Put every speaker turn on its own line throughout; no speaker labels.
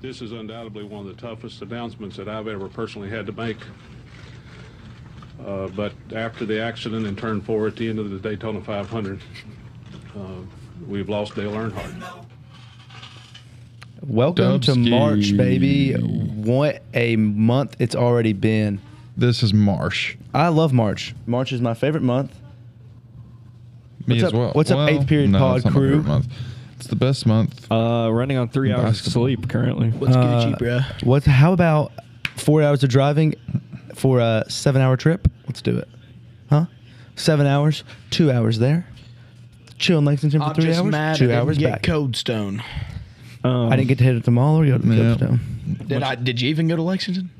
This is undoubtedly one of the toughest announcements that I've ever personally had to make. Uh, But after the accident and turned four at the end of the Daytona 500, uh, we've lost Dale Earnhardt.
Welcome to
Dubski.
March, baby. What a month it's already been.
This is Marsh.
I love March. March is my favorite month.
Me
What's
as
up-
well.
what's up,
Well,
eighth period
no,
pod
it's not my
crew?
favorite month. It's the best month.
Uh, running on three hours of
Basketball.
sleep currently.
What's Gucci,
Uh,
bruh?
What? How about four hours of driving for a seven-hour trip? Let's do it, huh? Seven hours, two hours there. Chill in Lexington for
I'm
three
just
hours,
mad I
two
didn't
hours
get
back.
Cold Stone.
Um,
I didn't get to hit at the mall or go to
Yeah.
Copestone.
Did I? Did you even go to Lexington?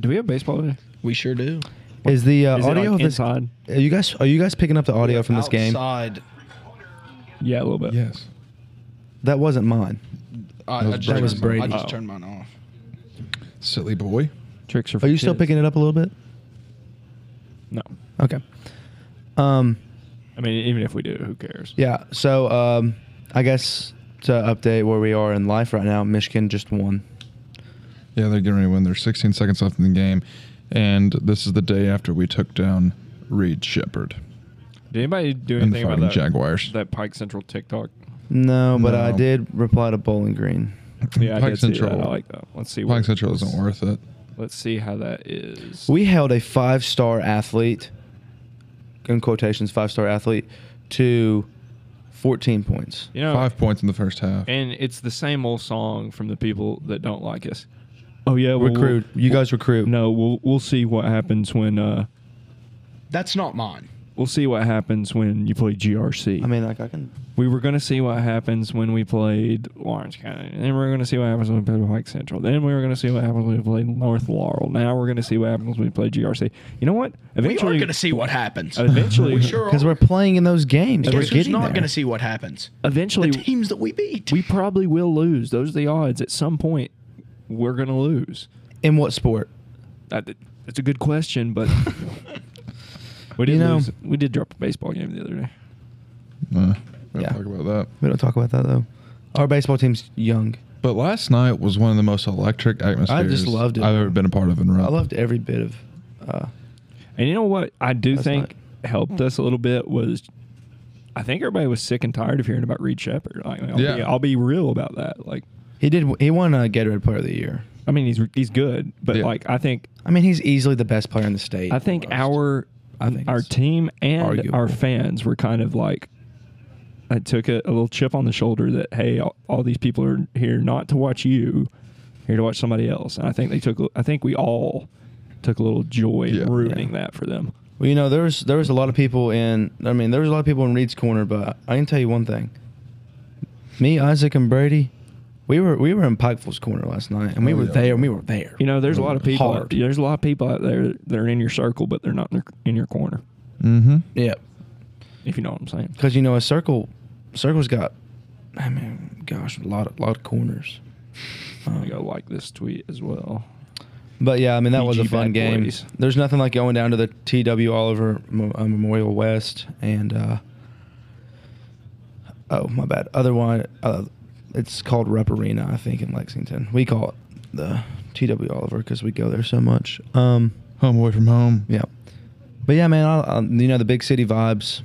Do we have baseball today?
We sure do.
Is the uh,
Is it,
audio
like,
of this? Are
inside?
you guys? Are you guys picking up the audio from this game?
Outside,
Yeah, a little bit.
yes.
That wasn't mine.
I,
That was
I just,
Brady.
turned
That was
mine-
Brady.
I just
Oh.
turned mine off.
Silly boy.
Tricks are.
Are you still picking it up a little bit?
No.
Okay. Um.
I mean, even if we do, who cares?
Yeah. So, um, I guess to update where we are in life right now, Michigan just won.
Yeah, they're getting ready to win. There's 16 seconds left in the game, and this is the day after we took down Reed Shepard
Did anybody do
and the
anything about
fighting
that?
Jaguars.
That Pike Central TikTok.
No, but I
No.
did reply to Bowling Green.
Yeah, I
Pike
did see that.
Central-
I like that. Let's see.
Black
what-
Central isn't worth it.
Let's see how that is.
We held a five star athlete, in quotations, five star athlete, to 14 points.
you know,
Five points in the first half.
Oh. and it's the same old song from the people that don't like us. Oh yeah, well,
Recruit. You guys recruit.
We'll, no, we'll we'll see what happens when uh
That's not mine.
we'll see what happens when you play GRC.
I mean, like, I can.
we were gonna see what happens when we played Orange County, and then we were gonna see what happens when we played Pike Central. Then we were gonna see what happens when we played North Laurel. Now we're gonna see what happens when we play GRC. You know what? Eventually,
we are gonna see what happens.
Eventually,
we sure
Because
are.
we're playing in those games.
Guess
We're
who's
Oh, getting
not
there.
gonna see what happens?
eventually
the teams that we beat.
we probably will lose. Those are the odds. At some point, we're gonna lose.
In what sport?
That, that's a good question, but we did
You know-
lose. We did drop a baseball game the other day.
Uh, we don't
Yeah.
talk about that.
We don't talk about that, though. Our baseball team's young.
But last night was one of the most electric atmospheres
loved it.
I've ever been a part of in row.
I loved every bit of. Uh,
And you know what? I do
That's
think helped us a little bit was. I think everybody was sick and tired of hearing about Reed Shepard. Like, I'll, be,
Yeah.
I'll be real about that. Like,
he did. He won a Gatorade Player of the Year.
I mean, he's he's good, but
Yeah.
like, I think
I mean, he's easily the best player in the state.
I think
almost.
our
I think
our
it's
team and
arguable.
our fans were kind of like I took a, a little chip on the shoulder that hey, all, all these people are here not to watch you, here to watch somebody else, and I think they took I think we all took a little joy
Yeah.
in ruining that for them.
Well, you know, there was there was a lot of people in. I mean, there was a lot of people in Reed's corner, but I can tell you one thing. Me, Isaac, and Brady, we were we were in Pikeville's corner last night, and we
Oh,
were
yeah.
there, and we were there.
You know, there's a lot of people.
Mm, Hard.
There's a lot of people out there that are in your circle, but they're not in, your- in your corner.
Mm-hmm.
yeah,
If you know what I'm saying.
because you know a circle, circle's got. I mean, gosh, a lot of lot of corners.
I'm
Uh-huh.
gonna go like this tweet as well.
But yeah, I mean that was a
PG
fun
bad
game.
boys.
There's nothing like going down to the TW Oliver Mo- uh, Memorial West and uh, oh my bad, other one. Uh, it's called Rep Arena, I think, in Lexington. We call it the TW Oliver because we go there so much. Um,
Home away from home.
yeah, but yeah, man, I, I, you know the big city vibes.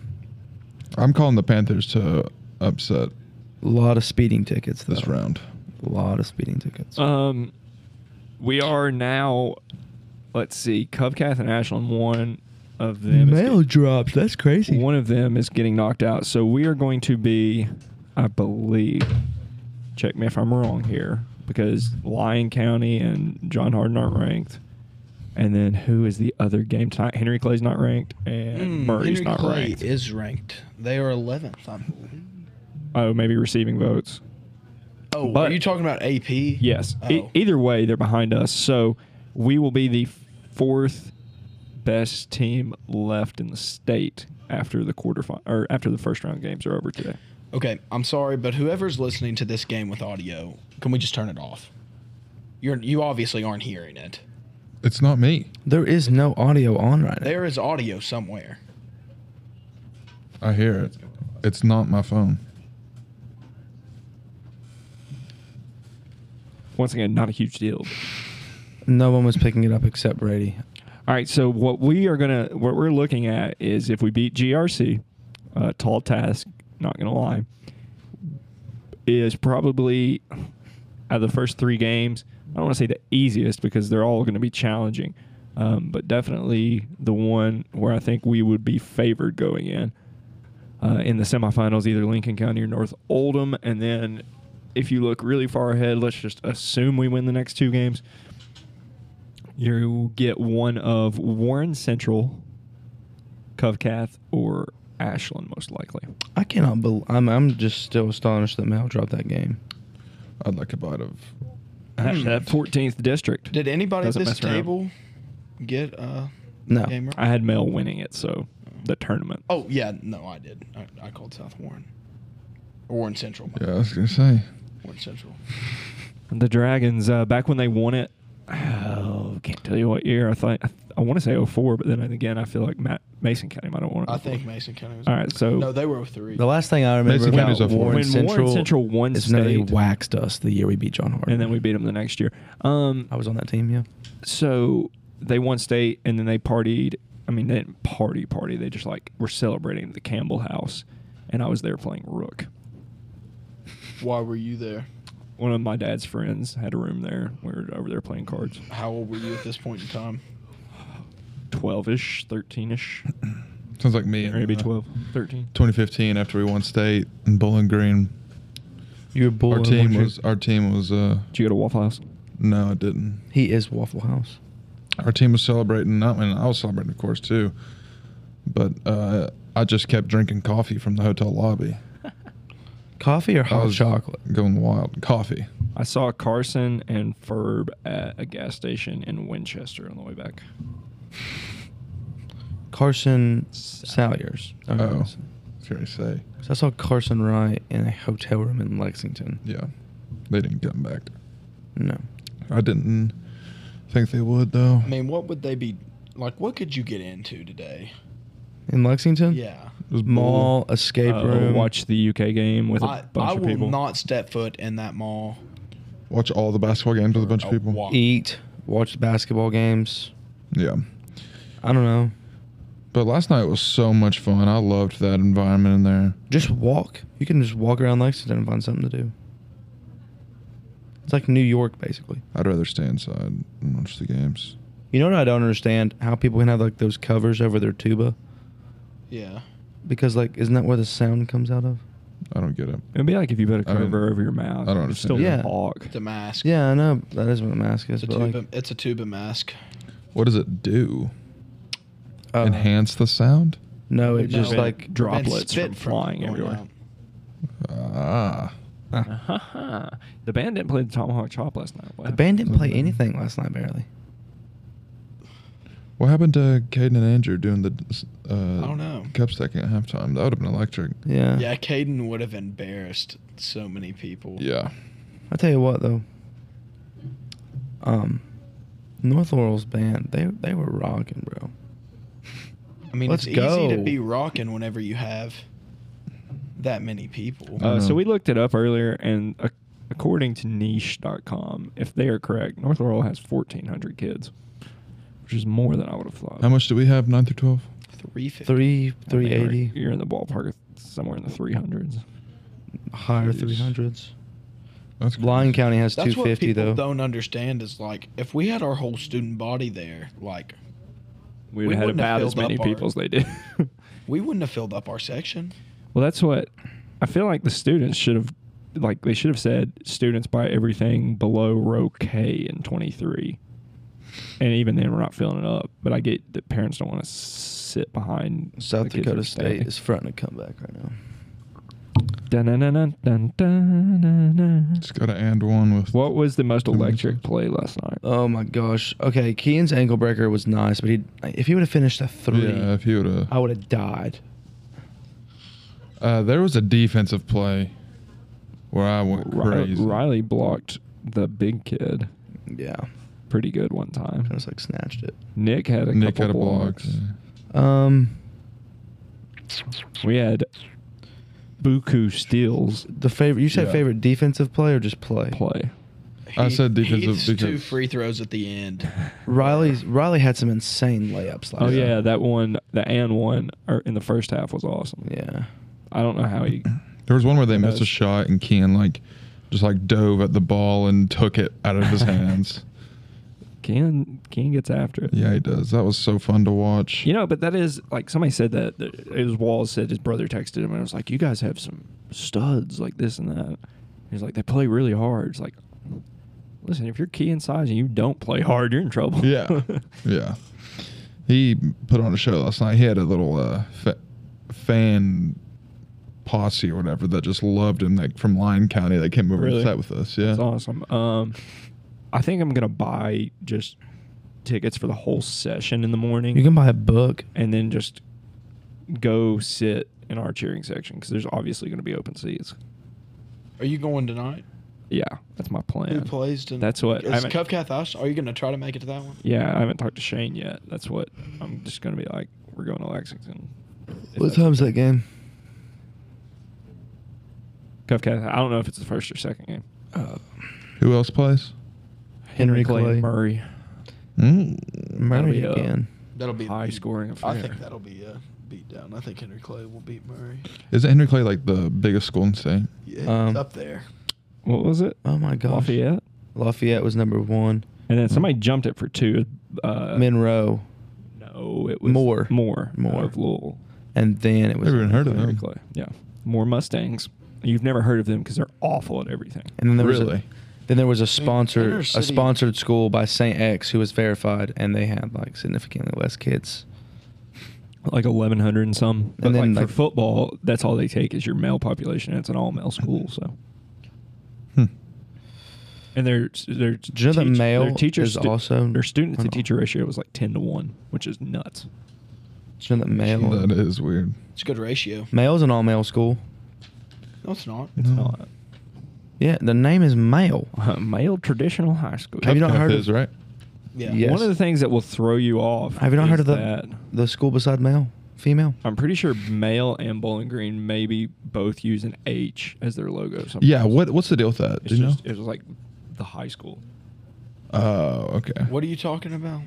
I'm calling the Panthers to upset
A lot of speeding tickets though.
this round.
A lot of speeding tickets.
Um, we are now. Let's see, Cubcath and Ashland. One of them. is
Mail drops. That's crazy.
One of them is getting knocked out. So we are going to be, I believe, check me if I'm wrong here, because Lyon County and John Harden aren't ranked. And then who is the other game tonight? Henry Clay's not ranked, and
Mm,
Murray's
Henry
not
Clay
ranked.
is ranked. They are 11th. I believe.
oh, maybe receiving votes.
Oh,
But-
are you talking about AP?
Yes. E-
Oh.
either way, they're behind us. So we will be the fourth best team left in the state after the quarterfinal or after the first round games are over today.
Okay, I'm sorry, but whoever's listening to this game with audio, can we just turn it off? You're you obviously aren't hearing it.
It's not me.
There is no audio on right now.
There is audio somewhere.
I hear it. It's not my phone.
Once again, not a huge deal.
No one was picking it up except Brady.
All right, so what we are gonna, what we're looking at is if we beat GRC, uh, tall task, not gonna lie, is probably out of the first three games. I don't want to say the easiest because they're all going to be challenging, um, but definitely the one where I think we would be favored going in uh, in the semifinals, either Lincoln County or North Oldham, and then if you look really far ahead, let's just assume we win the next two games. You get one of Warren Central, Covcath, or Ashland, most likely.
I cannot believe. I'm, I'm just still astonished that Mal dropped that game.
I'd like a bite of.
That 14th district.
Hmm. Did anybody
Doesn't
at this
mess around.
table get uh
No.
game right?
I had Mel winning it, so the tournament.
Oh yeah, no, I did. I, I called South Warren. Or Warren Central. my-
Yeah, I was gonna say.
Warren Central.
The Dragons, uh, back when they won it, oh, can't tell you what year. I thought I, I want to say 04, but then again, I feel like Matt, Mason County might have won it.
I
04.
think Mason County was
All right, so
No, they were 03.
The last thing I remember
Mason
about
County's up for it.
Warren
when
Central,
Warren Central won
is no, they
state,
waxed us the year we beat John Hart.
and then we beat them the next year. Um,
I was on that team, yeah.
so they won state, and then they partied. I mean, they didn't party party. They just like were celebrating at the Campbell House, and I was there playing Rook.
Why were you there?
One of my dad's friends had a room there. We were over there playing cards.
How old were you at this point in time?
12 ish, 13 ish,
Sounds like me. in,
maybe
uh,
12, 13.
2015, after we won state in Bowling Green,
You were bull.
our team was our team was uh
Did you go to Waffle House?
no, it didn't.
He is Waffle House.
Our team was celebrating. I mean, I was celebrating, of course, too. But uh, I just kept drinking coffee from the hotel lobby.
Coffee or
I
hot
was
chocolate?
going wild. Coffee.
I saw Carson and Ferb at a gas station in Winchester on the way back.
Carson Salyers.
Salyers.
Oh, I was gonna say.
So I saw Carson Wright in a hotel room in Lexington.
Yeah, they didn't come back.
No.
I didn't think they would though.
I mean, what would they be like what could you get into today?
In Lexington?
Yeah.
It was bull.
Mall, escape
Uh,
room.
Watch the UK game with a
I,
bunch
I
of
will
people.
not step foot in that mall.
Watch all the basketball games with a bunch of
Oh,
people.
wow.
Eat. Watch basketball games.
Yeah.
I don't know.
But last night was so much fun. I loved that environment in there.
Just walk. You can just walk around Lexington and find something to do. It's like New York, basically.
I'd rather stay inside and watch the games.
You know what I don't understand? How people can have like those covers over their tuba
Yeah.
because like isn't that where the sound comes out of?
I don't get it.
It'd be like if you put a
I
cover
don't-
over your mouth.
I don't
You're Still
understand.
a
Yeah.
hog.
The mask.
Yeah, I know that is what a mask is,
It's a
but
tuba
like
it's a tuba mask.
What does it do?
uh,
Enhance the sound?
No, it
No.
just like
Prevent droplets from
Prevent spit
flying
going
everywhere.
out.
Ah.
Uh-huh. The band didn't play the Tomahawk Chop last night. What
the band didn't play
Mhm.
anything last night barely.
What happened to Caden and Andrew doing the uh,
I don't know.
cup stacking at halftime? That would have been electric.
Yeah.
Yeah, Caden would have embarrassed so many people.
Yeah.
I tell you what though. Um North Laurel's band, they they were rocking, bro.
I mean,
Let's
it's easy
go.
to be rocking whenever you have that many people.
I
Uh, so
know.
we looked it up earlier, and ac- according to niche.com, if they are correct, North Laurel has 1,400 kids, which is more than I would have thought.
How much do we have? 9 through 12?
350.
Three
I think
three
we're-
eighty
You're in the ballpark of somewhere in the 300s.
higher
Jeez.
three hundreds.
That's
Lyon
crazy.
County has
That's
two
what
fifty
people
though.
don't understand is like if we had our whole student body there, like
We'd
We
had
wouldn't have
about as
filled
many
up our-
people as they did.
we wouldn't have filled up our section.
well, that's what I feel like the students should have, like, they should have said students buy everything below row K in 23. And even then, we're not filling it up. But I get that parents don't want to sit behind
South
the kids
Dakota
that stay.
State is fronting a comeback right now.
Dun, dun, dun, dun, dun, dun, dun, dun.
Just got to and one with.
What was the most
Two minutes
electric
left.
play last night?
Oh my gosh. Okay, Kean's ankle breaker was nice, but he if he would have finished a three,
Yeah, if you would have.
I would have died.
Uh, there was a defensive play where I went
Ri- uh,
crazy.
Riley blocked the big kid
Yeah,
pretty good one time.
I just like snatched it.
Nick had a
Nick had a
couple
block.
blocks.
Um,
We had Buku steals
the favorite you said
Yeah.
favorite defensive play or just play?
play.
I said
He-
defensive
Heath's two
because-
free throws at the end.
Riley's Riley had some insane layups. Last
Oh yeah,
night.
that one, the and one or in the first half was awesome.
yeah.
I don't know how he.
There was one where they
Who
missed a
knows?
shot and Kean like just like dove at the ball and took it out of his hands.
Ken Ken gets after it.
Yeah, he does. That was so fun to watch.
You know, but that is like somebody said that, that it was Walls said his brother texted him and was like, "You guys have some studs like this and that." He's like, "They play really hard." It's like, listen, if you're key in size and you don't play hard, you're in trouble.
Yeah. yeah. He put on a show last night. He had a little uh, fa- fan posse or whatever that just loved him, like from Lyon County. They came over
Really?
and sat with us. Yeah.
It's awesome. Um, I think I'm gonna buy just tickets for the whole session in the morning.
You can buy a book.
and then just go sit in our cheering section because there's obviously going to be open seats.
Are you going tonight?
Yeah, that's my plan.
Who plays tonight?
That's what- I
Is
haven't-
Cupcake us? Are you going to try to make it to that one?
Yeah, I haven't talked to Shane yet. That's what I'm just going to be like. We're going to Lexington. If
What
that's-
time's that game?
Cuff Cat. I don't know if it's the first or second game.
Uh,
Who else plays?
Henry
Clay,
Clay.
Murray.
Mm.
Murray
That'll be, uh,
again.
That'll be
High scoring affair.
I think that'll be a beat down. I think Henry Clay will beat Murray.
Isn't Henry Clay like the biggest school in state?
Yeah,
Um,
it's up there.
What was it?
Oh my gosh.
Lafayette.
Lafayette was number one.
And then somebody jumped it for two. Uh,
Monroe,
No, it was
Moore.
More.
Moore.
of Louisville.
and then it was.
Never even heard of
Henry
them.
Clay. Yeah. More Mustangs. You've never heard of them because they're awful at everything.
And then there was
Really?
a, then there was a sponsor
inner
a
city-
sponsored school by Saint X who was verified, and they had like significantly less kids.
like 1100 and some but
And then,
like,
like-
for football that's all they take is your male population it's an all male school so
Hmm.
and their their
Did you know that
teach-
male
their teachers
is also
their student to
Oh.
teacher ratio was like 10 to 1 which is nuts
Did you know that male
That is weird.
It's a good ratio.
male's an all male school?
No, it's not.
it's
Hmm.
No.
not
Yeah, the name is male.
uh, male traditional high school
Have you not
Cup
heard of-
is, right?
Yeah.
Yeah.
one of the things that will throw you off
Have you not
is
heard of the
that
the school beside male female?
i'm pretty sure male and bowling green maybe both use an h as their logo sometimes.
Yeah. What What's the deal with that?
it's
Do you
just
know?
it was like the high school
Oh, okay.
What are you talking about?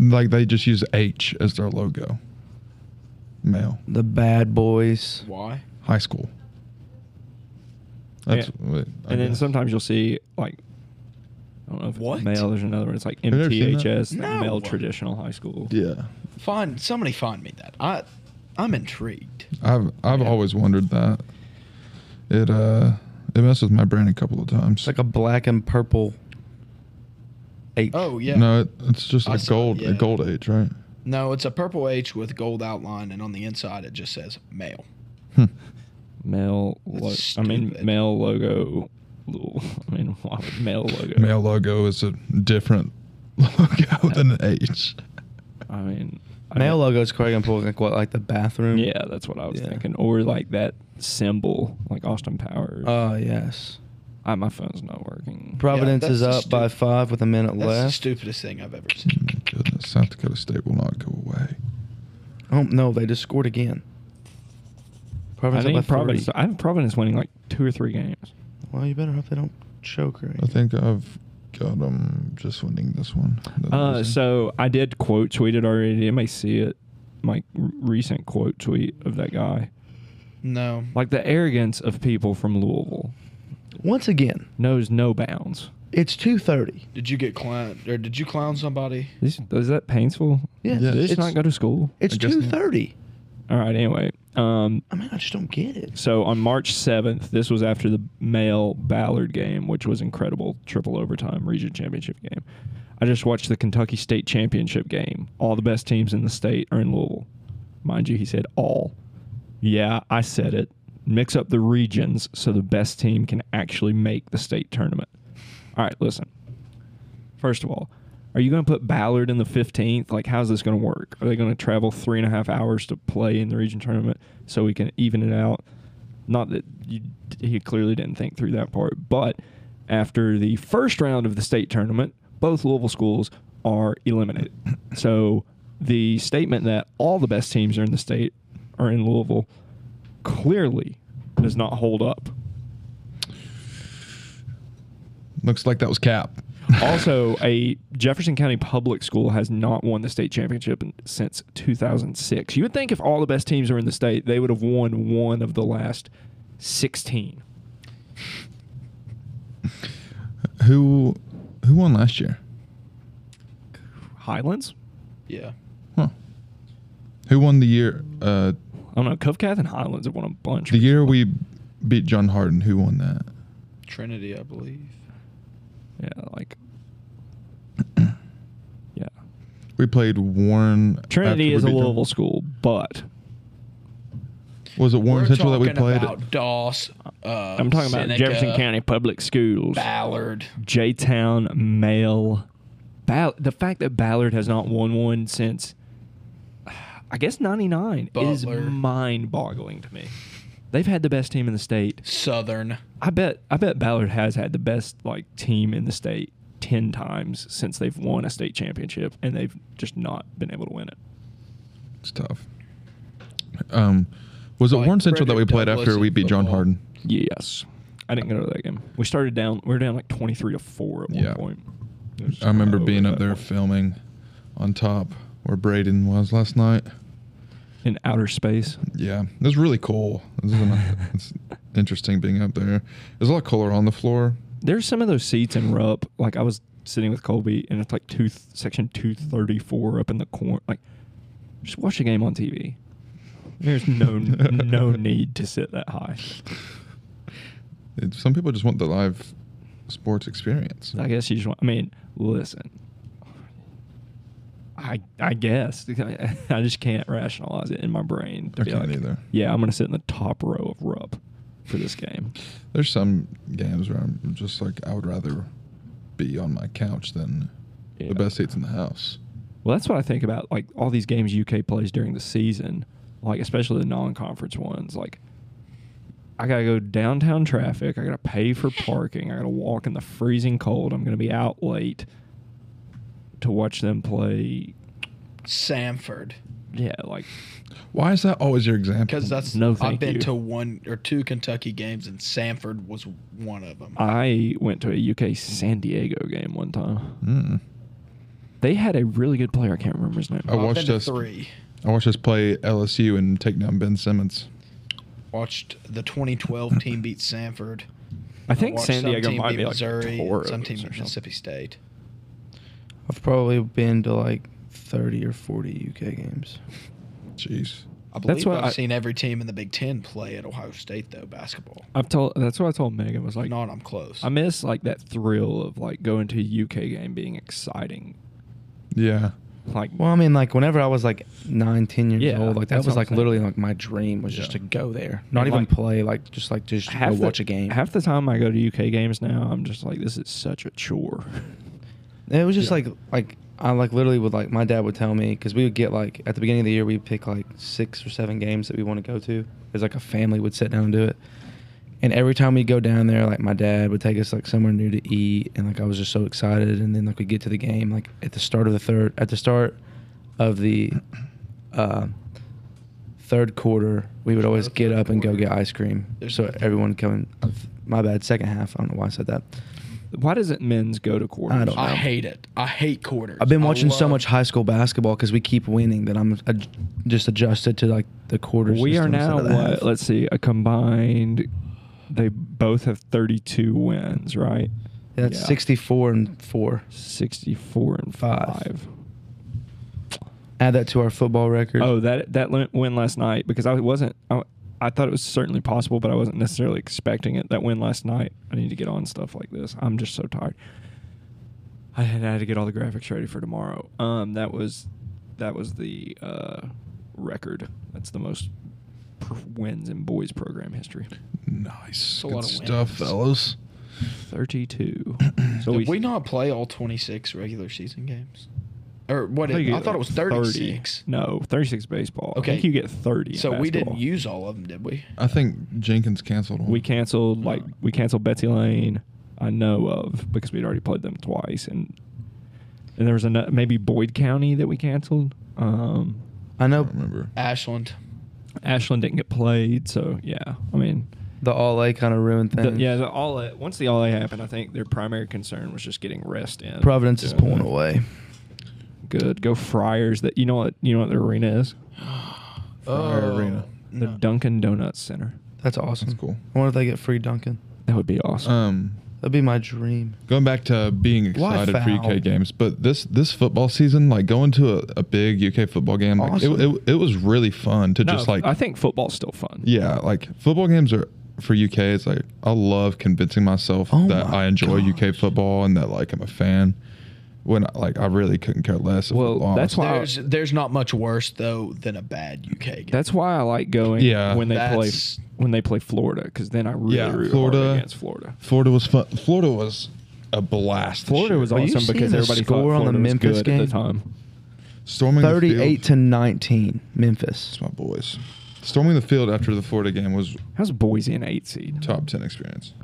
Like they just use H as their logo. Male.
The bad boys.
Why?
High school. That's
Yeah.
what I
and then
guess.
sometimes you'll see like I don't know if
What?
it's male. There's another one. It's like
Have you ever seen that?
MTHS, like
No.
male traditional high school.
Yeah.
Find somebody find me that. I I'm intrigued.
I've I've
Yeah.
always wondered that. It uh it messed with my brain a couple of times.
It's like a black and purple. H.
Oh yeah.
No, it, it's just
I
a
saw it,
gold
yeah.
a gold H, right?
No, it's a purple H with gold outline, and on the inside it just says male.
Hmm.
Male. Lo-
That's
I mean,
stupid.
male logo. I mean, why would male logo?
Male logo is a different logo than an H.
I mean, I
Male
don't-
logo is quite important, like what, like the bathroom.
Yeah, that's what I was
Yeah.
thinking. Or like that symbol, like Austin Powers.
Uh.
Oh yes.
Ah, my phone's not working.
Providence
that's
is
the
up by
stu-
five with a minute
That's the
left.
stupidest thing I've ever seen.
My Goodness, South Dakota State will not go away.
Oh no, they just scored again.
I
Providence up by
think Providence.
30.
I have Providence winning like two or three games.
Well, you better hope they don't choke or anything.
I think I've got them just winning this one. That
Uh,
was-
so I did quote tweet it already. You may see it. My r- recent quote tweet of that guy.
No.
Like the arrogance of people from Louisville
Once again,
knows no bounds.
it's two thirty.
Did you get clown or did you clown somebody?
Is, is that painful?
Yes,
Yeah.
Did they
it's
just not go to school?
It's
I guess
two
not.
thirty.
All right. Anyway, um,
I mean, I just don't get it.
so on March seventh, this was after the male Ballard game, which was incredible, triple overtime region championship game. I just watched the Kentucky State Championship game. All the best teams in the state are in Louisville, mind you. He said all. Yeah, I said it. Mix up the regions so the best team can actually make the state tournament. All right, listen. First of all, are you going to put Ballard in the 15th? Like, how's this going to work? Are they going to travel three and a half hours to play in the region tournament so we can even it out? Not that you, he clearly didn't think through that part, but after the first round of the state tournament, both Louisville schools are eliminated. So the statement that all the best teams are in the state are in Louisville clearly does not hold up.
Looks like that was Cap.
Also, a Jefferson County public school has not won the state championship in- since 2006. You would think if all the best teams are in the state, they would have won one of the last 16.
Who who won last year?
Highlands?
Yeah.
Huh. Who won the year? Uh,
I don't know. Covecath and Highlands have won a bunch.
the year we beat John Harden. Who won that?
Trinity, I believe.
Yeah, like. yeah.
We played Warren. after
Trinity
we
is a
beat John-
Louisville school, but
Was it Warren Central that we played?
about Doss. Uh,
I'm talking about
Seneca,
Jefferson County Public Schools,
Ballard.
J Town, Mail. Ball- the fact that Ballard has not won one since, I guess, 99 is
Butler.
mind boggling to me. They've had the best team in the state.
Southern.
I bet I bet Ballard has had the best like team in the state 10 times since they've won a state championship and they've just not been able to win it.
It's tough. Um, was it
Like
Warren Central that we
Frederick
played
Douglass
after
in
we beat John
football.
Harden?
Yes. I didn't go to that game. We started down we were down like 23 to 4 at one
Yeah.
point. It was
I remember
over
being
at
up
that
there
point.
filming on top where Braden was last night.
in outer space.
Yeah, it was really cool. It was an- it's interesting being up there. There's a lot cooler on the floor.
There's some of those seats in Rupp. Like I was sitting with Colby, and it's like two section two thirty four up in the corner. Like just watch the game on TV. There's no no need to sit that high.
It, some people just want the live sports experience.
I guess you just want. I mean, listen. I I guess I just can't rationalize it in my brain. To
I
be
can't
like,
either.
Yeah, I'm gonna sit in the top row of Rupp for this game.
There's some games where I'm just like, I would rather be on my couch than
Yeah.
the best e- seats in the house.
Well, that's what I think about like all these games UK plays during the season, like especially the non-conference ones. Like, I gotta go downtown traffic. I gotta pay for parking. I gotta walk in the freezing cold. I'm gonna be out late to watch them play.
Samford.
Yeah, like
Why is that always your example?
Because that's
No,
I've
thank
been
you.
to one or two Kentucky games, and Samford was one of them.
I went to a UK San Diego game one time.
Mm.
They had a really good player. I can't remember his name.
I
I've
watched
been to
us.
three.
I watched us play LSU and take down Ben Simmons.
Watched the 2012 team beat Samford.
I think
watched
San
some
Diego
team
might
beat
be like
Missouri.
Toros
some
or
team beat
something.
Mississippi State.
I've probably been to like 30 or 40 UK games.
Jeez.
I believe
That's what
I've
I-
seen every team in the Big Ten play at Ohio State though basketball.
I've told. That's what I told Megan. Was
If
like,
not, I'm close.
I miss like that thrill of like going to a UK game being exciting.
Yeah.
Like
Well, I mean, like whenever I was like nine, ten years
Yeah,
old, like that
that's
was
what I'm
like
saying.
literally like my dream was just to
Yeah.
go there, not even
like,
play, like just like just go
half the,
watch a game.
Half the time I go to UK games now, I'm just like, this is such a chore.
And it was just
Yeah.
like like I like literally would like my dad would tell me because we would get like at the beginning of the year we would pick like six or seven games that we want to go to. It's like a family would sit down and do it. And every time we go down there, like my dad would take us like somewhere new to eat, and like I was just so excited. And then like we get to the game, like at the start of the third, at the start of the uh, third quarter, we would always
The
get
third
up and go
quarter.
get ice cream.
There's
So
nothing.
everyone coming, my bad, second half. I don't know why I said that.
Why doesn't men's go to quarters?
I don't know.
I hate it. I hate quarters.
I've been watching so
love-
much high school basketball because we keep winning that I'm ad- just adjusted to like the quarters.
We are
system instead
now
of the half.
what? Let's see, a combined. They both have 32 wins, right?
That's
Yeah.
64 and four.
64 and
Five.
five.
Add that to our football record.
Oh, that that lin- win last night because I wasn't. I, I thought it was certainly possible, but I wasn't necessarily expecting it. That win last night. I need to get on stuff like this. I'm just so tired. I had, I had to get all the graphics ready for tomorrow. Um, that was that was the uh, record. That's the most pr- wins in boys program history.
Nice.
a
Good
lot of
stuff,
wins.
fellas.
Thirty-two. So
Did we not play all 26 regular season games? Or what?
you
It,
get
I thought it was
30.
36.
No, thirty-six baseball. I
Okay.
think you get thirty. in
So we didn't
basketball.
use all of them, did we?
I think Jenkins canceled one.
We canceled like we canceled Betsy Lane. I know of because we'd already played them twice, and and there was another maybe Boyd County that we canceled. Um,
I
I
know.
don't remember.
Ashland.
Ashland didn't get played, so yeah. I mean,
the all A kind of ruined
The-
things.
yeah, the all A- once the all A happened, I think their primary concern was just getting rest in.
Providence is
Doing
pulling
that.
away.
Good, go Friars. That you know what you know what their arena is.
Oh.
Oh.
Fire arena.
The Dunkin' Donuts Center.
That's awesome.
That's cool.
I wonder if they get free Duncan.
That would be awesome.
Uh,
Um,
That'd be my dream.
going back to being
Why
excited for
foul?
UK games, but this this football season, like going to a, a big UK football game, like
Awesome.
it, it, it was really fun to
No,
just like
I think football's still fun.
yeah, like football games are for UK. It's like I love convincing myself
Oh
that
my
I enjoy UK
gosh.
football and that like I'm a fan. When like I really couldn't care less. if
Well,
we lost.
that's why-
There's there's not much worse though than a bad UK game.
That's why I like going
Yeah.
when they play
That's-
when they play Florida because then I really
Yeah,
root
Florida.
hard against Florida.
Florida was fun. Florida was a blast. this
Florida
year.
was
Are you
awesome
seeing
because
the
everybody
score
thought
on the
Florida was
Memphis
good
game?
at the time.
storming the field-
Thirty-eight to nineteen, Memphis.
It's my boys. Storming the field after the Florida game was
How's Boise an eight seed?
top ten experience.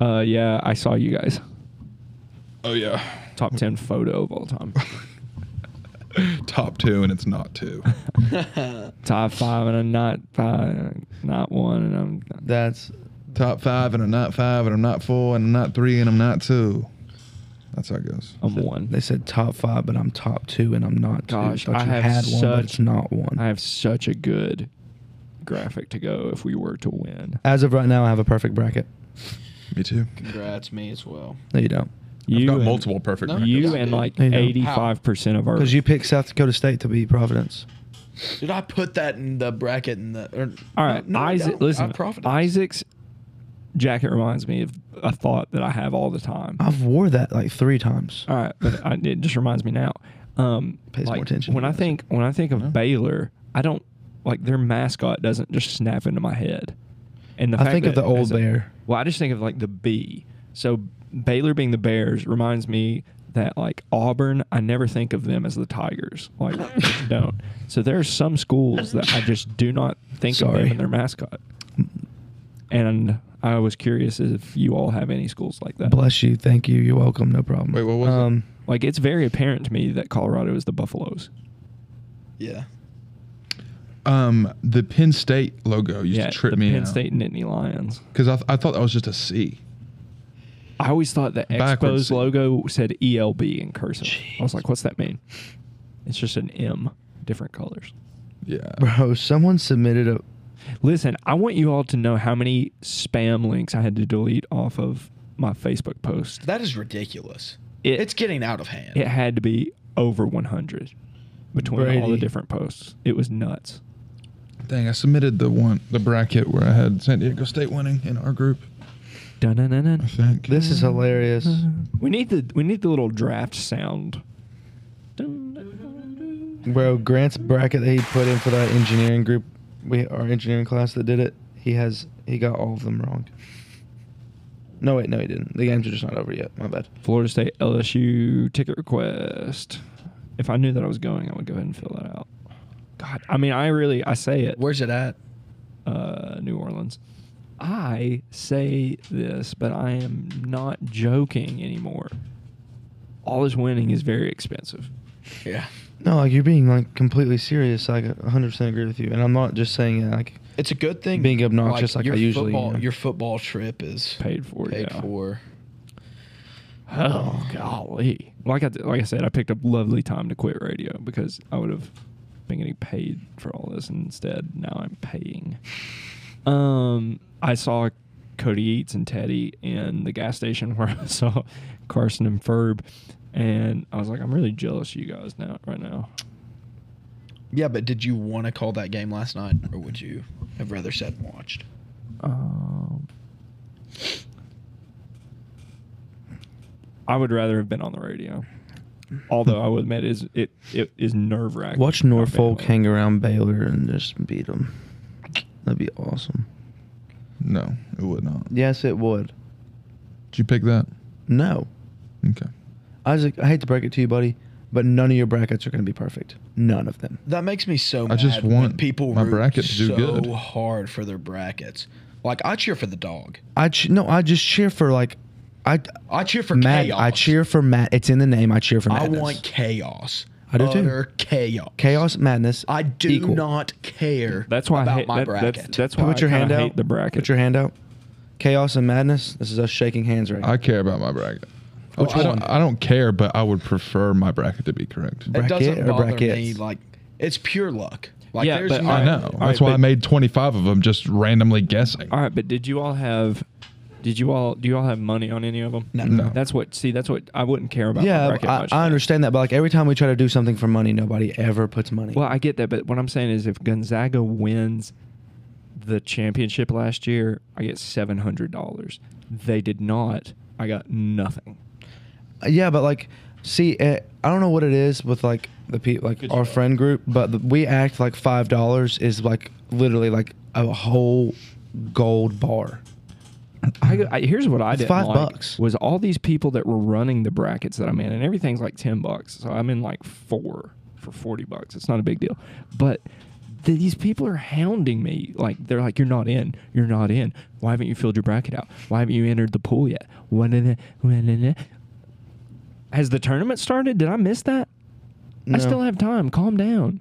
Uh, yeah, I saw you guys.
Oh yeah,
Top ten photo of all time.
top two, and it's not two.
Top five and a not five, not one, and I'm
That's
top five, and I'm not five, and I'm not four, and I'm not three, and I'm not two. That's how it goes.
I'm one.
they said top five, but I'm top two, and I'm not. two.
Gosh,
Thought
I
you
have
had one, but
such-
it's not one.
I have such a good graphic to go if we were to win.
As of right now, I have a perfect bracket.
Me too.
Congrats, me as well.
No, you don't,
I've
You
got
and-
multiple perfect.
No,
records.
You
Yeah,
and
dude.
like
Yeah. How?
eighty-five percent of our
because you picked South Dakota State to beat Providence.
Did I put that in the bracket in the? Or,
All right,
no, I
Isaac.
don't. I
Listen,
profited.
Isaac's jacket reminds me of a thought that I have all the time.
I've wore that like three times.
All right, but I, it just reminds me now. Um,
Pays
like,
more attention
when
to
I
Isaac.
think when I think of
Yeah.
Baylor. I don't like their mascot doesn't just snap into my head. And the
I
fact
think of
that
the old
as a-
bear.
well, I just think of like the bee. So Baylor being the Bears reminds me that like Auburn, I never think of them as the Tigers. Like don't. So there are some schools that I just do not think of
Sorry.
them and their mascot. And I was curious if you all have any schools like that.
Bless you, thank you, you're welcome, no problem. Um,
Wait, what was it?
Like it's very apparent to me that Colorado is the Buffaloes.
Yeah.
Um, the Penn State logo used
yeah,
to trip
the
me
Penn
out.
State Nittany Lions.
because I, th- I thought that was just a C.
I always thought the
Backwards.
Expos logo said ELB in cursive. I was like, what's that mean? It's just an M, different colors.
Yeah,
Bro, someone submitted a.
Listen, I want you all to know how many spam links I had to delete off of my Facebook post.
That is ridiculous.
It-
it's getting out of hand.
It had to be over 100 between all the
Brady.
different posts. It was nuts.
dang, I submitted the one the bracket where I had San Diego State winning in our group. I
Dun-dun-dun-dun.
think
This is hilarious.
We need the we need the little draft sound. Dun, dun, dun, dun.
Bro, Grant's bracket that he put in for that engineering group, we our engineering class that did it, he has he got all of them wrong. No wait, no he didn't. The games are just not over yet. My bad.
Florida State LSU ticket request. If I knew that I was going, I would go ahead and fill that out. God, I mean, I really, I say it.
Where's it at?
uh, New Orleans. I say this, but I am not joking anymore. All this winning is very expensive.
Yeah.
No, like you're being like completely serious. Like 100 percent agree with you, and I'm not just saying it. Like
It's a good thing.
Being obnoxious like I
your
usually
football,
am.
Your football trip is paid,
Paid for, yeah.
for.
Oh golly! Like I like I said, I picked a lovely time to quit radio because I would have been getting paid for all this, and instead now I'm paying. Um, I saw Cody Eats and Teddy in the gas station where I saw Carson and Ferb, and I was like, I'm really jealous of you guys now right now.
Yeah, but did you want to call that game last night, or would you have rather sat and watched?
Um, I would rather have been on the radio. Although I will admit, is it it is nerve wracking.
watch Norfolk hang around Baylor and just beat them. That'd be awesome.
no, it would not.
Yes, it would.
Did you pick that?
No,
Okay.
Isaac, I hate to break it to you, buddy, but none of your brackets are going to be perfect. None of them.
That makes me so.
I just
mad when
want
people
my
root
bracket to do
so
good.
hard for their brackets. Like I cheer for the dog.
I ch- no, I just cheer for like, I
I cheer for
Matt.
chaos.
I cheer for Matt. It's in the name. I cheer for
I
madness.
want chaos.
I do too.
utter chaos.
Chaos madness.
I do
equal.
not care.
That's why
about
I hate
my
that,
bracket.
That's, that's why
Put your
I
hand
kinda
out.
hate the bracket.
Put your hand out. Chaos and madness. This is us shaking hands right now.
I care about my bracket.
Which
I
one?
Don't, I don't care, but I would prefer my bracket to be correct.
it
bracket
doesn't
or
bother me.
brackets?
Like it's pure luck. Like
Yeah,
there's
but
no,
I know.
All right,
That's why I
but-
made 25 of them just randomly guessing.
All right, but did you all have? Did you all do you all have money on any of them?
No. No.
That's what. See, that's what I wouldn't care about. the
yeah,
bracket
I,
much.
I understand that, but like every time we try to do something for money, nobody ever puts money.
Well, I get that, but what I'm saying is, if Gonzaga wins the championship last year, I get seven hundred dollars. They did not. I got nothing.
Yeah, but like, see, eh, I don't know what it is with like the people, like our friend group, but the, we act like five dollars is like literally like a whole gold bar.
I, I- here's what I
It's
did.
five
like,
bucks.
Was all these people that were running the brackets that I'm in, and everything's like ten bucks. So I'm in like four for forty bucks. It's not a big deal, but th- these people are hounding me. Like they're like, "You're not in. You're not in. Why haven't you filled your bracket out? Why haven't you entered the pool yet? When in it? When in it?" Has the tournament started? Did I miss that? I
No.
still have time. Calm down.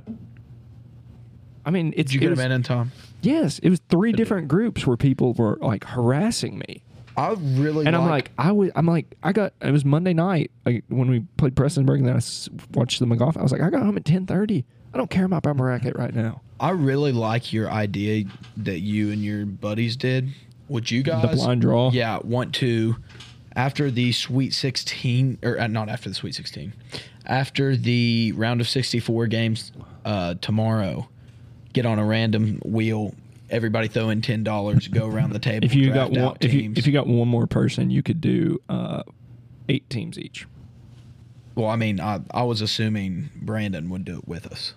I mean, it's
Did you get
it was-
him in in time?
Yes, it was three different groups where people were like harassing me
I really.
and I'm like, I was, I'm like, I got. It was Monday night like, when we played Prestonburg, and then I s- watched the McGoff. I was like, I got home at 10:30. I don't care about my bracket right now.
I really like your idea that you and your buddies did. Would you guys
blind draw?
Yeah, want to after the Sweet 16 or uh, not after the Sweet 16. After the round of 64 games uh, tomorrow, get on a random wheel. Everybody throw in ten dollars. Go around the table.
If you
draft
got one,
out
if you
teams.
if you got one more person, you could do uh, eight teams each.
well, I mean, I, I was assuming Brandon would do it with us,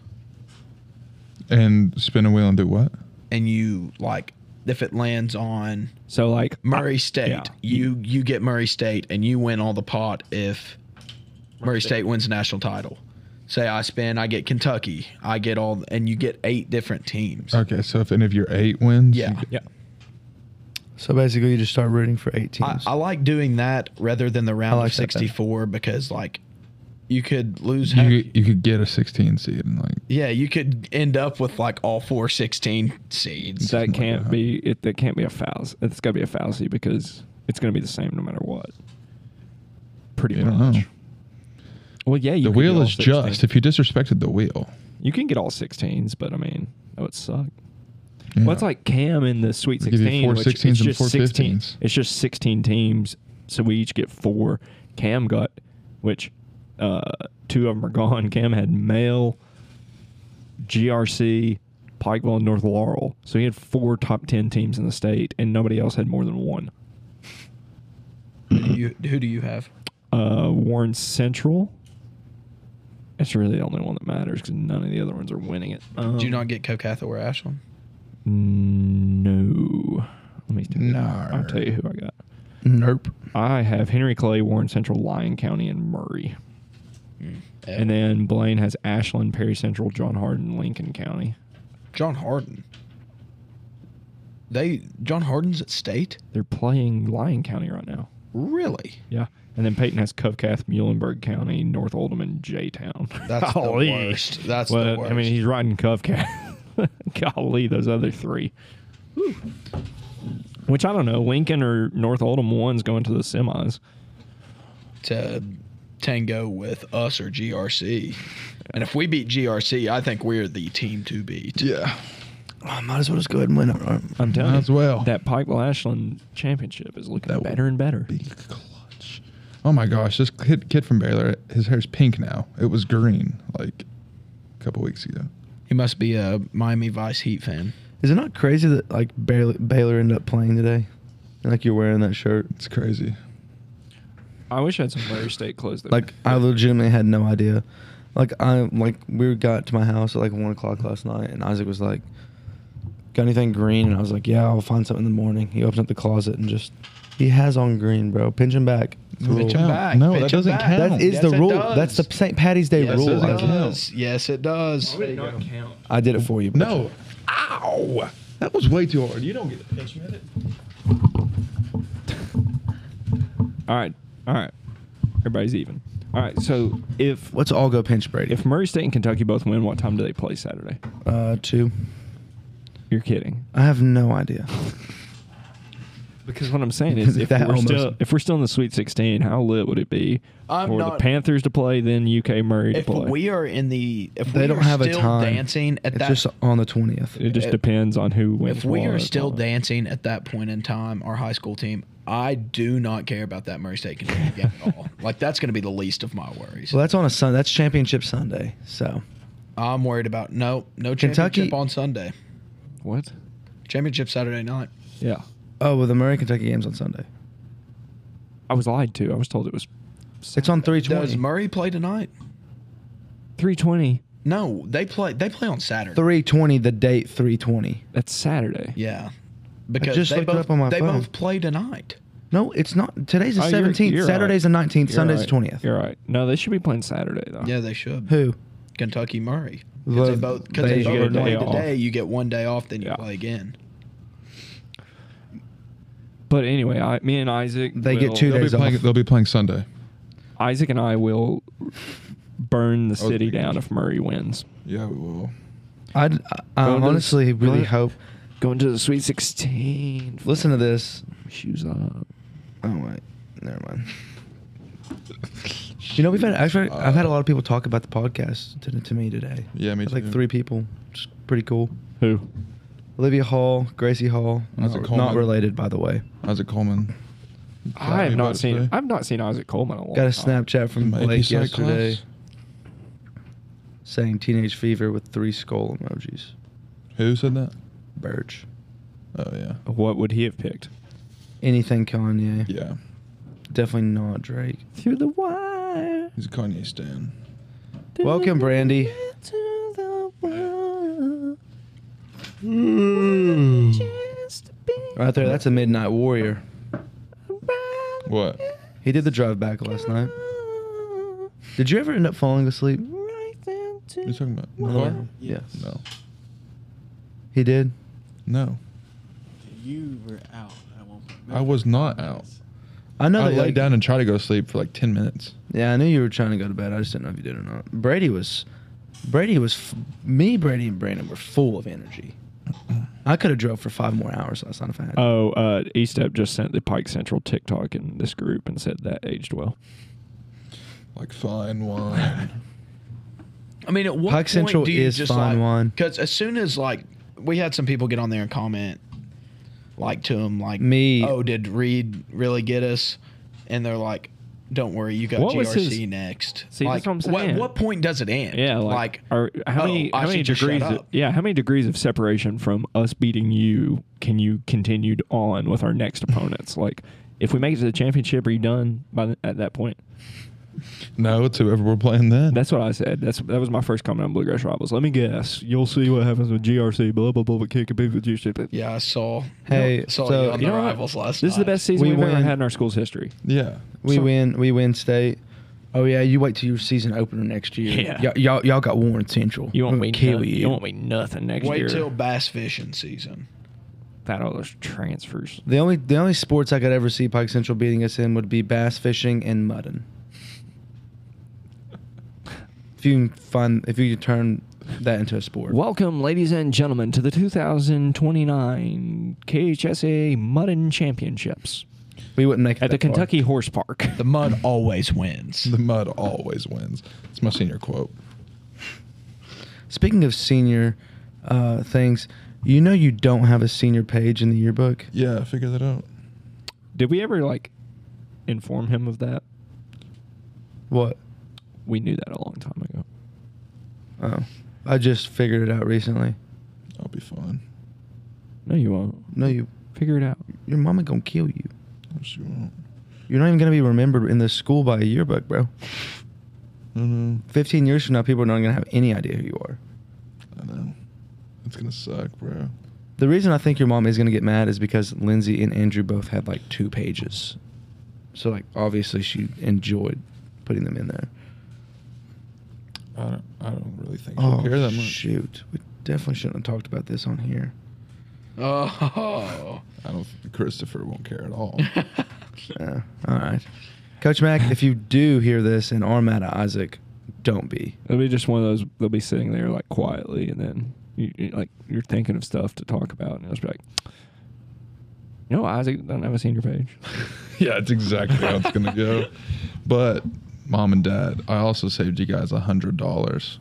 And spin a wheel and do what?
and you like if it lands on
So like
Murray State.
yeah.
You you get Murray State and you win all the pot if Murray State wins the national title. Say I spin, I get Kentucky, I get all, and you get eight different teams.
Okay, so if any of your eight wins,
Yeah,
yeah,
So basically, you just start rooting for eight
I,
teams.
I like doing that rather than the round
like
of
that better.
sixty four because like you could lose.
you,
half-
you, you could get a 16 seed and like
yeah, you could end up with like all four 16 seeds.
that
like
can't
that.
be it. That can't be a foul. It's got to be a fallacy because it's going to be the same no matter what. Pretty
You don't
much.
know.
Well, yeah, you
the
could get
wheel
all
is
16.
just if you disrespected the wheel.
You can get all 16s, but I mean, that would suck.
Yeah.
Well, it's like Cam in the Sweet
We give you
16.
four
which it's
16s and
just
four
16
15s.
It's just 16 teams, so we each get four. Cam got, which uh, two of them are gone. Cam had Mail, GRC, Pikeville, and North Laurel. So he had four top 10 teams in the state, and nobody else had more than one.
You, who do you have?
Uh, Warren Central. That's really the only one that matters because none of the other ones are winning it. Um,
Do you not get Kokatha or Ashland?
No. Let me tell you.
Nar.
I'll tell you who I got.
Nerp.
I have Henry Clay, Warren Central, Lyon County, and Murray. And then Blaine has Ashland, Perry Central, John Hardin, Lincoln County.
John Harden. They John Harden's at state.
They're playing Lyon County right now.
Really?
Yeah. And then Peyton has Covcath, Muhlenberg County, North Oldham, and J Town.
That's the worst. That's the
well, I
worst.
mean, he's riding Covcath. Golly, those other three. Whew. Which I don't know. Lincoln or North Oldham one's going to the semis.
To tango with us or GRC. And if we beat GRC, I think we're the team to beat.
yeah,
I might as well just go ahead and win. All right.
I'm telling
Might
you,
as well.
that Pikeville Ashland Championship is looking
That would
better and better.
be clutch. Oh my gosh, this kid, kid from Baylor, his hair's pink now. It was green like a couple weeks ago.
He must be a Miami Vice Heat fan.
Is it not crazy that like Baylor, Baylor ended up playing today? And, like you're wearing that shirt.
It's crazy.
I wish I had some Murray State clothes. Though.
Like I legitimately had no idea. Like I like we got to my house at like one o'clock last night, and Isaac was like, "Got anything green?" And I was like, "Yeah, I'll find something in the morning." He opens up the closet and just he has on green, bro. Pinch him back. It's a
Pinch
rule.
him back. No, that doesn't count.
Oh, That is
Yes,
the
it
rule.
does.
That's the St. Patty's Day
Yes,
rule.
it
doesn't
Isaac.
does. Yes, it does.
I did it for you. bro.
No, ow, that was way too hard. You don't get to pinch me at it.
all right, all right, everybody's even. All right. So if
Let's all go pinch Brady.
if Murray State and Kentucky both win, what time do they play Saturday?
Uh, two.
You're kidding.
I have no idea.
Because what I'm saying is,
If
if,
that
we're
almost-
still if we're still in the Sweet 16, how lit would it be
I'm
for the
not-
Panthers to play, then UK Murray to
If
play?
we are in the, if
They
we
don't
are
have a
still
time.
dancing at
It's
that,
just on the twentieth.
it just
if-
depends on who wins.
if we
what
are
and
still
all that.
dancing at that point in time, our high school team, I do not care about that Murray State Kentucky game at all. Like that's going to be the least of my worries.
Well, that's on a Sun. That's championship Sunday. So
I'm worried about no, no
Kentucky-
championship on Sunday.
what?
Championship Saturday night.
Yeah,
oh, well, the Murray Kentucky game's on Sunday.
I was lied to. I was told it was
It's on three
Does
twenty.
Murray play tonight?
3:20.
No, they play. They play on Saturday.
Three twenty. The date three twenty.
That's Saturday.
Yeah, because
just
they
looked it
both
up on my
they
phone.
both play tonight.
No, it's not. Today's the
Oh, you're-
seventeenth.
you're
Saturday's
right.
the nineteenth.
You're
Sunday's
right.
the twentieth.
You're right. No, they should be playing Saturday though.
Yeah, they should.
Who?
Kentucky Murray. 'Cause
The-
they both because
they
they,
you get
both
a
play
day off.
today. You get one day off, then you
Yeah.
play again.
But anyway, I, me and Isaac,
They get
will-
two
They'll be,
days
playing,
off.
they'll be playing Sunday.
Isaac and I will burn the
Oh,
city
thank
down
you.
if Murray wins.
Yeah, we will.
I'd, I I
Go to the-
honestly
go
really
to-
hope.
Going to the Sweet 16.
Listen to this.
shoes up.
Oh wait, never mind. You know, we've had actually, I've had a lot of people talk about the podcast to, to me today.
Uh, Yeah, me
Like
too.
three people, It's pretty cool.
Who?
Olivia Hall, Gracie Hall,
Isaac
not,
Coleman.
not related by the way.
Isaac Coleman.
I have
me about
not
it
seen.
today.
I've not seen Isaac Coleman. In a long
Got a
time.
Snapchat from
Maybe
Blake
psych
yesterday
class?
saying "teenage fever" with three skull emojis.
Who said that?
Birch,
Oh yeah.
What would he have picked?
anything Kanye?
Yeah.
Definitely not Drake.
Through the wire.
He's a Kanye stan.
Welcome, Brandy.
To the world. Just be
Hmm. Right there, that's a Midnight Warrior.
What?
He did the drive back last night. Did you ever end up falling asleep?
What are you talking about?
on the
Car?
way- Yes.
No.
He did.
No.
You were out at one point.
I was not out.
I know
I
that.
lay
like-
down and try to go to sleep for like ten minutes.
Yeah, I knew you were trying to go to bed. I just didn't know if you did or not. Brady was, Brady was, f- me, Brady, and Brandon were full of energy. I could have drove for five more hours last night if I had.
Oh, uh, Estep just sent the Pike Central TikTok in this group and said that aged well.
Like fine wine.
I mean, at what
Pike
point
Central
do you
is
just
fine
like,
wine.
Because as soon as like we had some people get on there and comment, like to him, like
Me-
Oh, did Reed really get us? And they're like, "Don't worry, you got
What
GRC
was his-
next."
See,
like,
that's what I'm saying.
What, point does it end?
Yeah,
like,
like, are, how
oh,
many
I
how
should
many
just shut
degrees? of-
up.
yeah, how many degrees of separation from us beating you can you continued on with our next opponents? Like, if we make it to the championship, are you done by the, at that point?
no, it's whoever we're playing then.
That's what I said. That's that was my first comment on Bluegrass Rivals. Let me guess. You'll see what happens with GRC. Blah blah blah. But kick a big with you stupid.
yeah, I saw.
Hey,
I saw
so-
you on
You
the
know what?
rivals last.
This is the
night.
best season
We
we have ever
win.
had in our school's history.
Yeah.
we
so-
win, we win state. Oh yeah, you wait till your season opener next year.
Yeah.
y'all, y'all, y'all got Warren Central.
You won't
We're
be
gonna kill
no-
you.
You won't be nothing next
Wait
year.
till bass fishing season.
that all those transfers.
the only the only sports I could ever see Pike Central beating us in would be bass fishing and mudding. If you can find, if you can turn that into a sport.
Welcome, ladies and gentlemen, to the 2029 KHSA Muddin Championships
We wouldn't make it
at the
that far.
Kentucky Horse Park.
The mud always wins.
The mud always wins. It's my senior quote.
Speaking of senior uh, things, you know you don't have a senior page in the yearbook.
Yeah, I figured that out.
Did we ever like inform him of that?
What?
We knew that a long time ago.
Oh, I just figured it out recently.
I'll be fine.
No, you won't.
No, you,
Figure it out.
your mama gonna kill you.
No, she won't.
You're not even gonna be remembered in this school by a yearbook, bro.
No, no.
Fifteen years from now, people are not gonna have any idea who you are.
I know. It's gonna suck, bro.
The reason I think your mom is gonna get mad is because Lindsay and Andrew both had like two pages, so like obviously she enjoyed putting them in there.
I don't. I don't really think she'll
Oh
care that much.
shoot, we definitely shouldn't have talked about this on here.
Oh,
I don't. think Christopher won't care at all.
Uh, all right. Coach Mack, if you do hear this and are mad at Isaac, don't be.
It'll be just one of those. They'll be sitting there like quietly, and then you, you- like you're thinking of stuff to talk about, and it'll just be like, you know, Isaac doesn't have a senior page.
yeah, it's exactly how it's gonna go. But mom and dad, I also saved you guys a hundred dollars.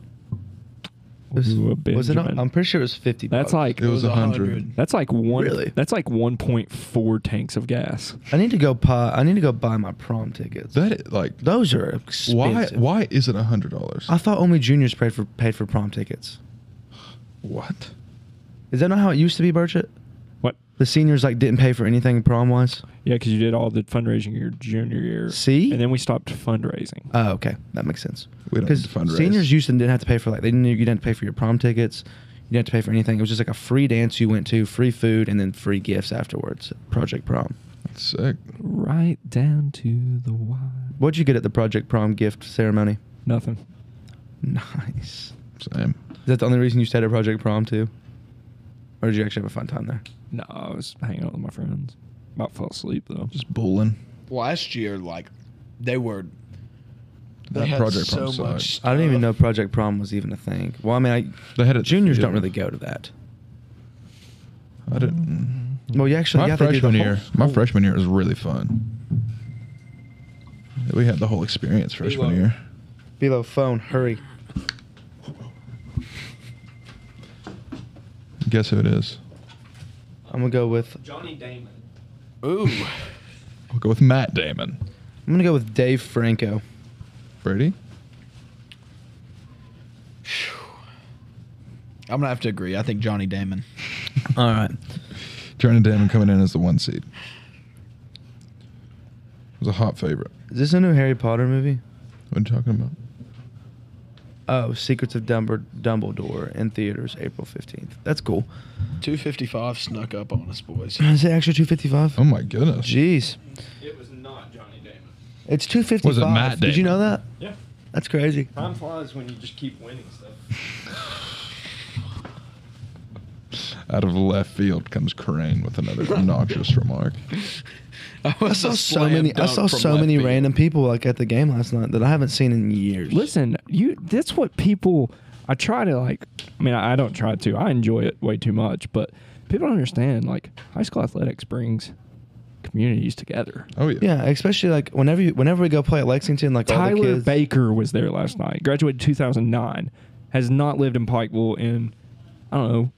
This-
Ooh, a
was it? Not,
Benjamin.
I'm pretty sure it was fifty.
That's
bucks.
like
It was a hundred.
hundred.
that's like one.
Really?
That's like 1.4 tanks of gas.
I need to go buy. I need to go buy my prom tickets.
That i- like
Those are
why
expensive.
why is it a hundred dollars?
I thought only juniors paid for paid for prom tickets.
What?
Is that not how it used to be, Burchett?
What?
The seniors like didn't pay for anything prom wise.
Yeah, because you did all the fundraising your junior year.
See?
and then we stopped fundraising.
Oh, okay, that makes sense.
We don't
Because
need to fundraise.
seniors used to didn't have to pay for like they didn't you didn't have to pay for your prom tickets. You didn't have to pay for anything. It was just like a free dance you went to, free food, and then free gifts afterwards. Project prom.
That's sick.
right down to the wire.
What'd you get at the project prom gift ceremony?
Nothing.
Nice.
Same.
Is that the only reason you stayed at Project Prom too? Or did you actually have a fun time there?
No, I was hanging out with my friends. About fell asleep though.
Just bowling.
Last year, like, they were. They
That
had
project
so
prom sucked.
much.
I didn't even
Uh,
know
stuff.
Project Prom was even a thing. Well, I mean, I,
They had it. at the
juniors don't
field.
really go to that.
I didn't.
Well, you actually
my
yeah, they do the
freshman
whole- Oh,
year, my freshman year was really fun. We had the whole experience freshman
Below.
year.
Below phone, hurry.
Guess who it is?
I'm gonna go with
Johnny Damon.
Ooh.
I'll go with Matt Damon.
I'm gonna go with Dave Franco.
Brady.
I'm going to have to agree. I think Johnny Damon.
All right,
Johnny Damon coming in as the one seed. It was a hot favorite.
is this a new Harry Potter movie?
What are you talking about?
Oh, Secrets of Dumber, Dumbledore in theaters April 15th. That's cool.
255 snuck up on us, boys.
Is it actually 255?
Oh my goodness.
Jeez,
It was not Johnny Damon.
it's 255.
Matt
Did you
Damon?
know that?
Yeah.
That's crazy.
Time flies when you just keep winning stuff.
Out of left field comes Crane with another obnoxious remark.
I
I saw so many. I saw so many random people like at the game last night that I haven't seen in years.
Listen, you. That's what people. I try to like. I mean, I, I don't try to. I enjoy it way too much, but people don't understand. Like high school athletics brings communities together.
Oh yeah.
yeah, especially like whenever you, whenever we go play at Lexington, like all the
Tyler
kids,
Baker was there last night. Graduated 2009. Has not lived in Pikeville in, I don't know,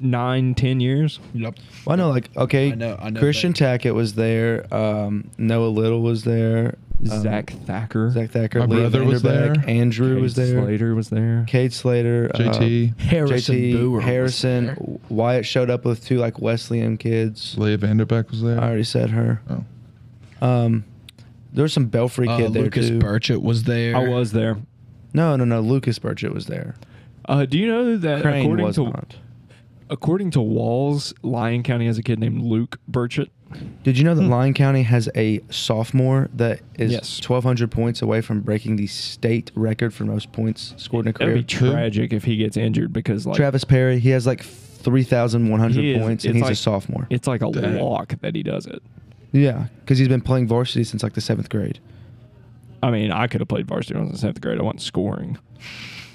nine, ten years.
Yep.
Well, I know, like okay,
I know- I know
Christian
Baker.
Tackett was there. Um, Noah Little was there. um,
Zach Thacker.
Zach Thacker.
My
Lee
brother was
Vanderbeck,
there.
Andrew was
Cade
there.
Slater was there.
Cade Slater.
JT.
uh,
Harrison
JT,
Brewer was
Harrison.
there.
Wyatt showed up with two like Wesleyan kids.
Leah Vanderbeck was there.
I already said her.
Oh.
Um, there was some Belfry
Uh,
kid there
Lucas
too.
Burchett was there.
I was there.
No, no, no. Lucas Burchett was there.
Uh, do you know that
Crane
according
was
to
not.
according to Walls, Lyon County has a kid named Luke Burchett?
Did you know that Lyon County has a sophomore that is
Hmm. Yes.
1,200 points away from breaking the state record for most points scored in a
It would
career?
be tragic if he gets injured because like
Travis Perry, he has like 3,100
he is-
points, and
it's
he's a
like-
sophomore.
It's like a
Damn.
lock that he does it.
yeah, because he's been playing varsity since like the seventh grade.
I mean, I could have played varsity when I was in seventh grade. I wasn't scoring.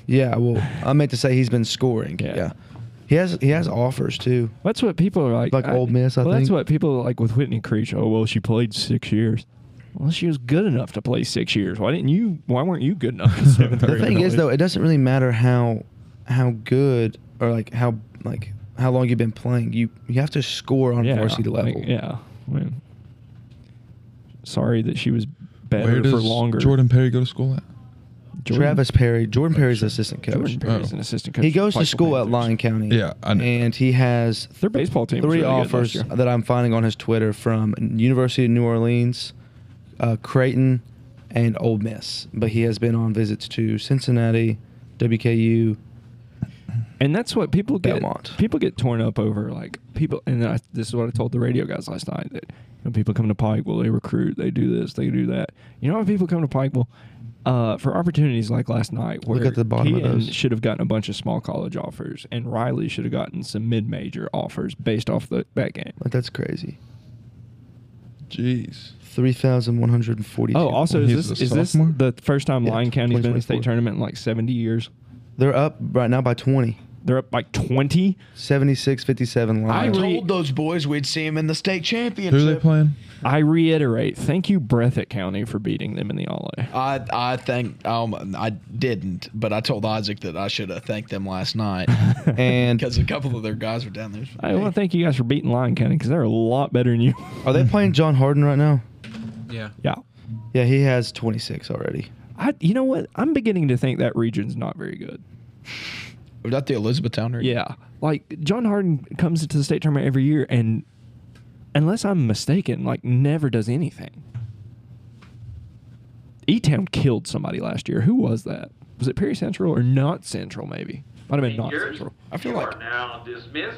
Yeah, well, I meant to say he's been scoring.
Yeah.
Yeah. He has he has offers too.
That's what people are like.
Like
Old
Ole Miss, I
well, that's
think.
what people are like with Whitney Creech. Oh well, she played six years. Well, she was good enough to play six years. Why didn't you? Why weren't you good enough? in seventh
The
grade to
thing is
play?
though, it doesn't really matter how how good or like how like how long you've been playing. You you have to score on varsity
like,
level.
yeah. I mean, sorry that she was better
Where
for
does
longer.
Jordan Perry go to school at?
Jordan- Oh,
Travis Perry, Jordan Perry's assistant coach.
Jordan Perry's an assistant coach.
He goes
Pikeville
to school at
Panthers.
Lyon County.
Yeah, I know.
And he has
Their baseball team. was
three
really good last
offers
year.
that I'm finding on his Twitter from University of New Orleans, uh, Creighton, and Ole Miss. But he has been on visits to Cincinnati, WKU.
And that's what people get.
Belmont.
People get torn up over like people. And I, this is what I told the radio guys last night that you know, people come to Pike. Well, they recruit. They do this. They do that. You know why people come to Pike? Well, uh, for opportunities like last night, where
at the bottom of
Keaton
those.
should have gotten a bunch of small college offers, and Riley should have gotten some mid-major offers based off the, that game.
Like that's crazy.
Jeez.
Three thousand one hundred forty.
Oh, also is
He's
this
a
is this
sophomore?
the first time
Yeah,
Lyon County's been in
2024.
a state tournament in like seventy years?
they're up right now by 20.
They're up like twenty.
76 57
I
I
Lions.
re-
told those boys we'd see him in the state
Who are they
championship.
playing?
I reiterate, thank you, Breathitt County, for beating them in the All A.
I I think um, I didn't, but I told Isaac that I should have thanked them last night
and
because a couple of their guys were down there.
I want to thank you guys for beating Lyon County because they're a lot better than you.
are they playing John Harden right now?
Yeah.
yeah.
Yeah, he has 26 already.
I, you know what? I'm beginning to think that region's not very good.
Was that the Elizabethtown? or-
Yeah. Like John Harden comes to the state tournament every year and unless I'm mistaken, like never does anything. E Town killed somebody last year. Who was that? Was it Perry Central or not Central maybe? Might have been not
Yours?
Central.
I feel
You
like-
are now dismissed.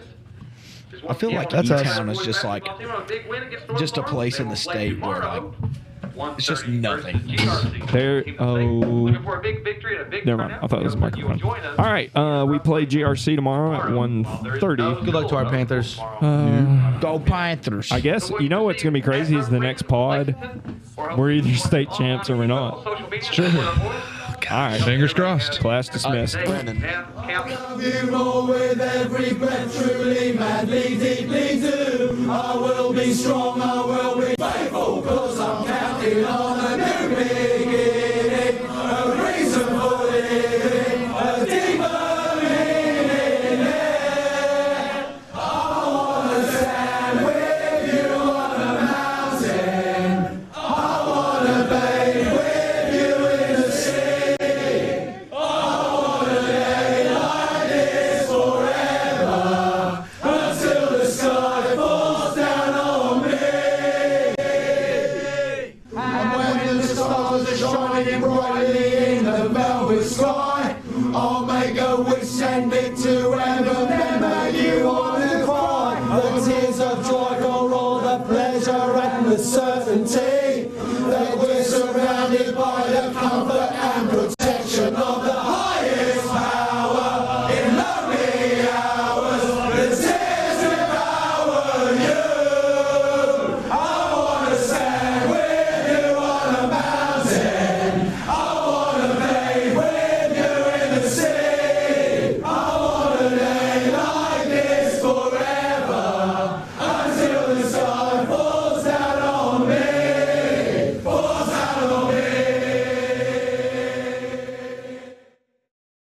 There's
I feel
one
like
team on the
that's
East
us.
It's
Side
just
Boys basketball
like-
team on a big win against North
just a
Florida.
place
They
in the
will play
state where,
tomorrow,
like,
1:30
just
versus
nothing.
GRC.
There-
Team
oh.
looking for a big victory and a big
Never mind. I
turnout.
thought it was a
However, you will
microphone.
join us
All right. Uh, we play GRC tomorrow at
tomorrow. While there is no
1.30.
Good luck to our
goal
Panthers.
tomorrow.
Uh,
Go Panthers.
I guess, you know what's going to be crazy is the next pod. We're either state champs or we're not.
It's true. All
right.
Fingers crossed.
Class dismissed.
you more with every breath, truly, madly, deeply do. I will be strong, I will be.